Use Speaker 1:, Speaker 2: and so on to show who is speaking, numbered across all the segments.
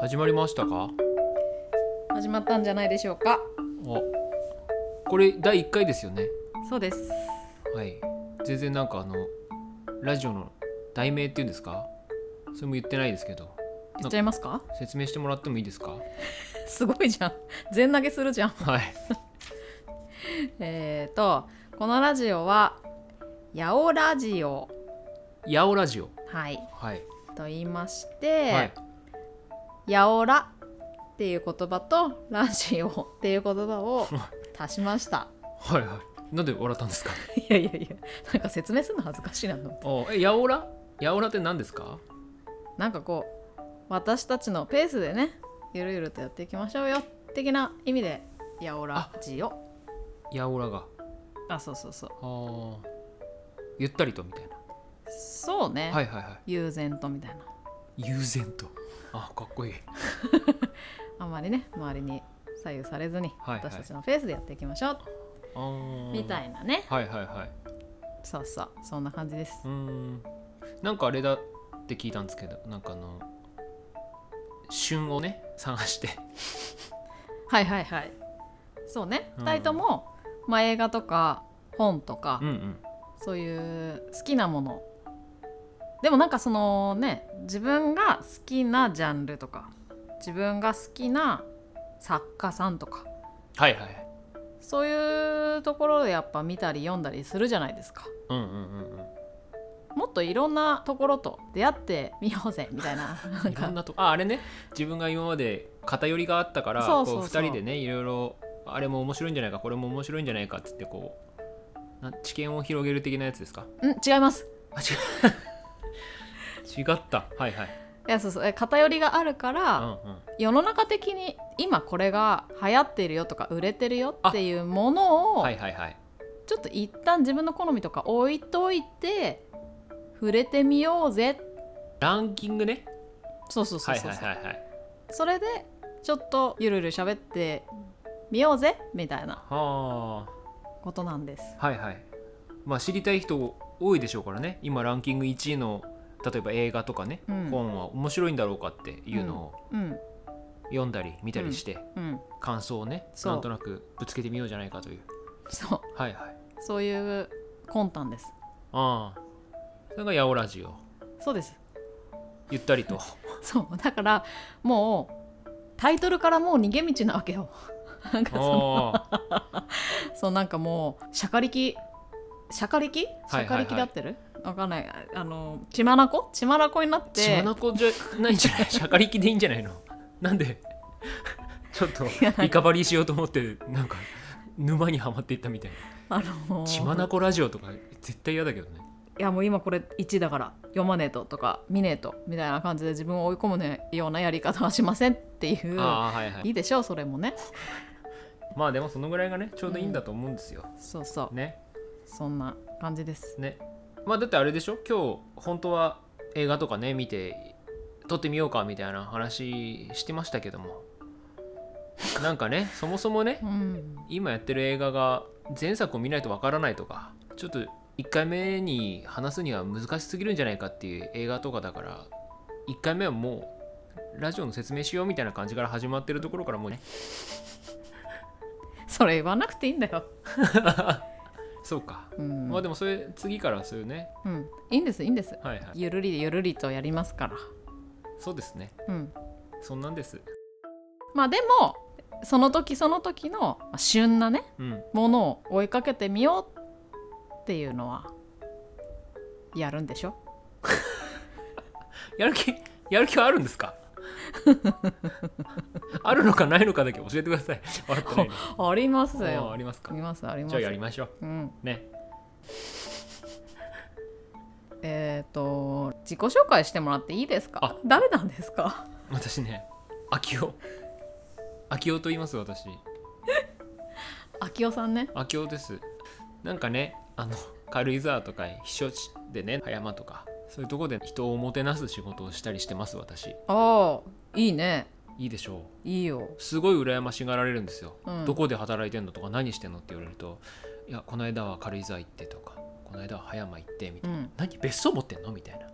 Speaker 1: 始まりましたか
Speaker 2: 始まったんじゃないでしょうか
Speaker 1: おこれ第1回ですよね
Speaker 2: そうです
Speaker 1: はい全然なんかあのラジオの題名っていうんですかそれも言ってないですけど
Speaker 2: 言っちゃいますか
Speaker 1: 説明してもらってもいいですか
Speaker 2: すごいじゃん全投げするじゃん
Speaker 1: はい
Speaker 2: えーとこのラジオは「ヤオラジオ
Speaker 1: ヤオラジオ」
Speaker 2: はい
Speaker 1: はい、
Speaker 2: と言いまして、
Speaker 1: はい
Speaker 2: ヤオラっていう言葉とラジオ っていう言葉 を足しました
Speaker 1: はいはいなんで笑ったんですか
Speaker 2: いやいやいやなんか説明するの恥ずかしいなと思って
Speaker 1: おえヤオラヤオラって何ですか
Speaker 2: なんかこう私たちのペースでねゆるゆるとやっていきましょうよ的な意味で「ヤオラジオ
Speaker 1: ヤオラが」
Speaker 2: あそうそうそう
Speaker 1: あーゆったりとみたいな
Speaker 2: そうね、
Speaker 1: はいはいは
Speaker 2: 悠然とみたいない
Speaker 1: 悠然とあかっこいい
Speaker 2: あんまりね周りに左右されずに、
Speaker 1: はいはい
Speaker 2: 私たちのペースでやっていきましょう、
Speaker 1: あー
Speaker 2: みたいなね
Speaker 1: はいはいはい
Speaker 2: そうそうそんな感じです
Speaker 1: うーんなんかあれだって聞いたんですけどなんかあの旬をね探して
Speaker 2: はいはいはいそうね、
Speaker 1: うん
Speaker 2: 二人とも、まあ、映画とか本とか、
Speaker 1: うんうん
Speaker 2: そういう好きなものでもなんかそのね自分が好きなジャンルとか自分が好きな作家さんとか
Speaker 1: はいはい
Speaker 2: そういうところでやっぱ見たり読んだりするじゃないですか
Speaker 1: うんうんうんうん
Speaker 2: もっといろんなところと出会ってみようぜみた いななん
Speaker 1: いろ
Speaker 2: か
Speaker 1: んなとああれね自分が今まで偏りがあったから
Speaker 2: そうそうそう
Speaker 1: こ2人でねいろいろあれも面白いんじゃないかこれも面白いんじゃないかっつってこうな知見を広げる的なやつですか
Speaker 2: うん違います
Speaker 1: あ違う違ったはいはい、
Speaker 2: いやそうそうえ偏りがあるか
Speaker 1: うん
Speaker 2: ら、
Speaker 1: うん、
Speaker 2: 世の中的に今これが流行ってるよとか売れてるよっていうものを、
Speaker 1: はいはいはい
Speaker 2: ちょっと一旦自分の好みとか置いといて触れてみようぜ
Speaker 1: ランキングね
Speaker 2: そうそうそう
Speaker 1: はい
Speaker 2: そう、
Speaker 1: はいはいはい
Speaker 2: それでちょっとゆるゆる喋ってみようぜみたいな
Speaker 1: はあ
Speaker 2: ことなんです
Speaker 1: はいはいまあ知りたい人多いでしょうからね今ランキング1位の例えば映画とかね、
Speaker 2: うん
Speaker 1: 本は面白いんだろうかっていうのを
Speaker 2: うん
Speaker 1: 読んだり見たりして、
Speaker 2: うん
Speaker 1: 感想をね
Speaker 2: そう
Speaker 1: なんとなくぶつけてみようじゃないかという
Speaker 2: そう
Speaker 1: はいはい
Speaker 2: そういう魂胆です
Speaker 1: ああそれが「やおラジオ
Speaker 2: そうです」
Speaker 1: ゆったりと
Speaker 2: そうだからもうタイトルからもう逃げ道なわけよなんかその
Speaker 1: ああ
Speaker 2: そうなんかもうしゃかりきしゃかりきし
Speaker 1: はい
Speaker 2: ゃかりきだってる、わかんないああの血まなこ血まなこになっ
Speaker 1: 血ま
Speaker 2: て
Speaker 1: なこじゃないんじゃないしゃかりきでいいんじゃないのなん でちょっとリカバリーしようと思ってなんか沼にはまっていったみたい
Speaker 2: あの
Speaker 1: な血まなこラジオとか絶対嫌だけどね
Speaker 2: いやもう今これ1だから読まねえととか見ねえとみたいな感じで自分を追い込む、ね、ようなやり方はしませんっていう
Speaker 1: ああはいはい
Speaker 2: いいでしょうそれもね
Speaker 1: まあでもそのぐらいがねちょうどいいんだと思うんですよ。
Speaker 2: そうそう
Speaker 1: ね
Speaker 2: そんな感じです
Speaker 1: ね。まあだってあれでしょ今日本当は映画とかね見て撮ってみようかみたいな話してましたけどもなんかねそもそもね
Speaker 2: うん
Speaker 1: 今やってる映画が前作を見ないとわからないとかちょっと1回目に話すには難しすぎるんじゃないかっていう映画とかだから1回目はもうラジオの説明しようみたいな感じから始まってるところからもうね
Speaker 2: それ言わなくていいんだよ、
Speaker 1: そうか、
Speaker 2: うん
Speaker 1: まあでもそれ次からそういうね
Speaker 2: うん、いいんですいいんです
Speaker 1: はいはい
Speaker 2: ゆるりゆるりとやりますから
Speaker 1: そうですね
Speaker 2: うん
Speaker 1: そんなんです。
Speaker 2: まあでもその時その時のまあ旬なね
Speaker 1: うん。
Speaker 2: ものを追いかけてみようっていうのはやるんでしょ
Speaker 1: やる気、やる気はあるんですか あるのかないのかだけ教えてください。笑ってないの
Speaker 2: あります
Speaker 1: あ
Speaker 2: よ
Speaker 1: あります
Speaker 2: あ
Speaker 1: か
Speaker 2: り。ますあります
Speaker 1: じゃあやりましょ
Speaker 2: うん、
Speaker 1: う。ね。
Speaker 2: えっ、と自己紹介してもらっていいです
Speaker 1: あ
Speaker 2: か誰なんですか
Speaker 1: 私ね、秋夫。秋夫と言います、私。
Speaker 2: 秋代さんね
Speaker 1: 秋夫です。なんかね、あの、軽井沢とか避暑地でね、葉山とか、そういうとこで人をもてなす仕事をしたりしてます、私。
Speaker 2: ああいいね
Speaker 1: いいでしょう。
Speaker 2: いいよ
Speaker 1: すごい羨ましがられるんですよ、
Speaker 2: うん
Speaker 1: どこで働いてんのとか何してんのって言われると「いやこの間は軽井沢行って」とか「この間は葉山行って」みた
Speaker 2: う
Speaker 1: いな「
Speaker 2: ん
Speaker 1: 何別荘持ってんの?」みたいな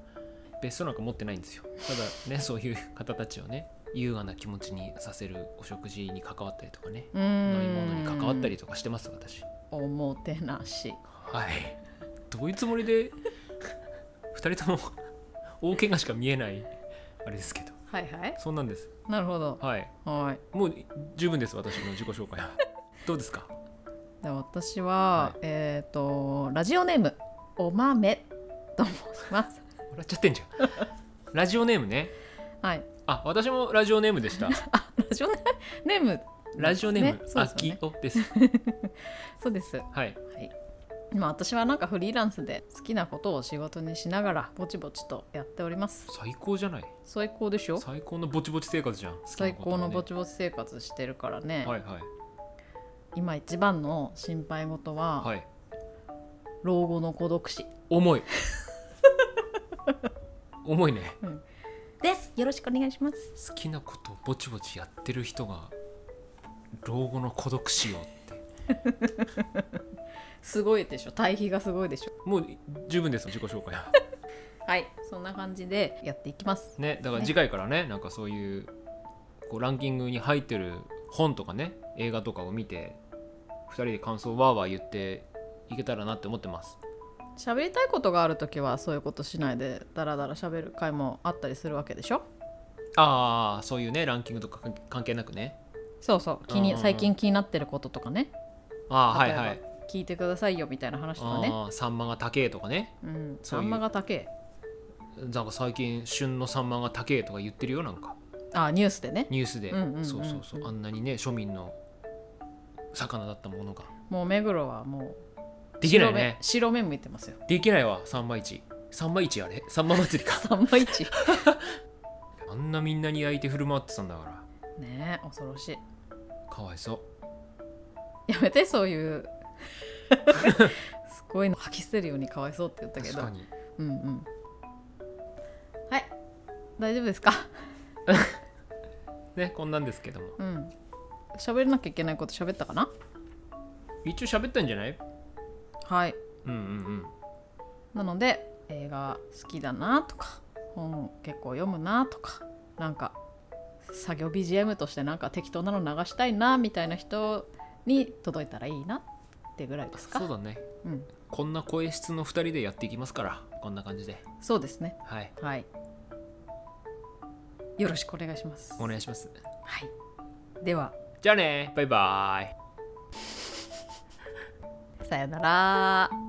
Speaker 1: 別荘なんか持ってないんですよただねそういう方たちをね優雅な気持ちにさせるお食事に関わったりとかね
Speaker 2: うーん
Speaker 1: 飲み物に関わったりとかしてます私
Speaker 2: おもてなし
Speaker 1: はいどういうつもりで2人とも大怪我しか見えないあれですけど
Speaker 2: はいはい
Speaker 1: そんなんです
Speaker 2: なるほど
Speaker 1: はい
Speaker 2: はい
Speaker 1: もう十分です私の自己紹 介はどうですか
Speaker 2: で私は、
Speaker 1: は
Speaker 2: えっ、とラジオネームおまめと申します
Speaker 1: 笑っちゃってんじゃんラジオネームね
Speaker 2: はい
Speaker 1: あ私もラジオネームで した
Speaker 2: ラジオネーム
Speaker 1: ラジオネーム、
Speaker 2: ねそう
Speaker 1: あ
Speaker 2: ですよ
Speaker 1: き
Speaker 2: ね
Speaker 1: おです
Speaker 2: そうですは
Speaker 1: はい
Speaker 2: いまあ私はなんかフリーランスで好きなことを仕事にしながらぼちぼちとやっております
Speaker 1: 最高じゃない
Speaker 2: 最高でしょ
Speaker 1: 最高のぼちぼち生活じゃん好きなことはね
Speaker 2: 最高のぼちぼち生活してるからね、
Speaker 1: はいはい
Speaker 2: 今一番の心配事は、
Speaker 1: はい
Speaker 2: 老後の孤独死
Speaker 1: 重い 重いね
Speaker 2: ですよろしくお願いします
Speaker 1: 好きなことをぼちぼちやってる人が老後の孤独死をって
Speaker 2: すごいでしょ対比がすごいでしょ
Speaker 1: もう十分です自己紹介は
Speaker 2: はいそんな感じでやっていきます
Speaker 1: ねだから次回からねなんかそういうこうランキングに入ってる本とかね映画とかを見て2人で感想をわーわー言っていけたらなって思ってます
Speaker 2: 喋りたいことがある時はそういうことしないでダラダラ喋る回もあったりするわけでしょ
Speaker 1: ああそういうねランキングとか関関係なくね
Speaker 2: そうそう気
Speaker 1: うんうん
Speaker 2: に
Speaker 1: うん
Speaker 2: 最近気になってることとかね
Speaker 1: ああは
Speaker 2: 例
Speaker 1: い
Speaker 2: えば
Speaker 1: はい
Speaker 2: 聞いてくださいよみたいな話とかね
Speaker 1: あーサンマが高えとかね
Speaker 2: うん
Speaker 1: そ
Speaker 2: サ
Speaker 1: ういう
Speaker 2: ンマが高え
Speaker 1: なんか最近旬のサンマが高えとか言ってるよなんか
Speaker 2: あニュースでね
Speaker 1: ニュースで、
Speaker 2: うんうんうんうん
Speaker 1: そうそうそうあんなにね庶民の魚だったものが
Speaker 2: もう目黒はもう
Speaker 1: できないね
Speaker 2: 白目白目向いてますよ
Speaker 1: できないわ三枚市三枚市あれ三枚祭りか
Speaker 2: サンマ一
Speaker 1: あんなみんなに焼いて振る舞ってたんだか
Speaker 2: ねえ恐ろしい
Speaker 1: らかわいそ
Speaker 2: やめてそういう すごいの吐き捨てるようにかわいそうって言っ
Speaker 1: う
Speaker 2: たけ
Speaker 1: 確
Speaker 2: ど
Speaker 1: かに
Speaker 2: うんうんはい大丈夫ですか
Speaker 1: ねこんなんですけども
Speaker 2: うん喋らなきゃいけないこと喋ったかな
Speaker 1: 一応喋ったんじゃない
Speaker 2: はい
Speaker 1: うんうん
Speaker 2: なので映画好きだなとか本結構読むなとかなんか作業 BGM としてなんか適当なの流したいなみたいな人に届いたらいいなってぐらいですか
Speaker 1: そうだね
Speaker 2: うん、
Speaker 1: こんな声質の2人でやっていきますからこんな感じで
Speaker 2: そうですね
Speaker 1: はい
Speaker 2: はいよろしくお願いします
Speaker 1: お願いします
Speaker 2: はいでは
Speaker 1: じゃあねバイバイ
Speaker 2: さよなら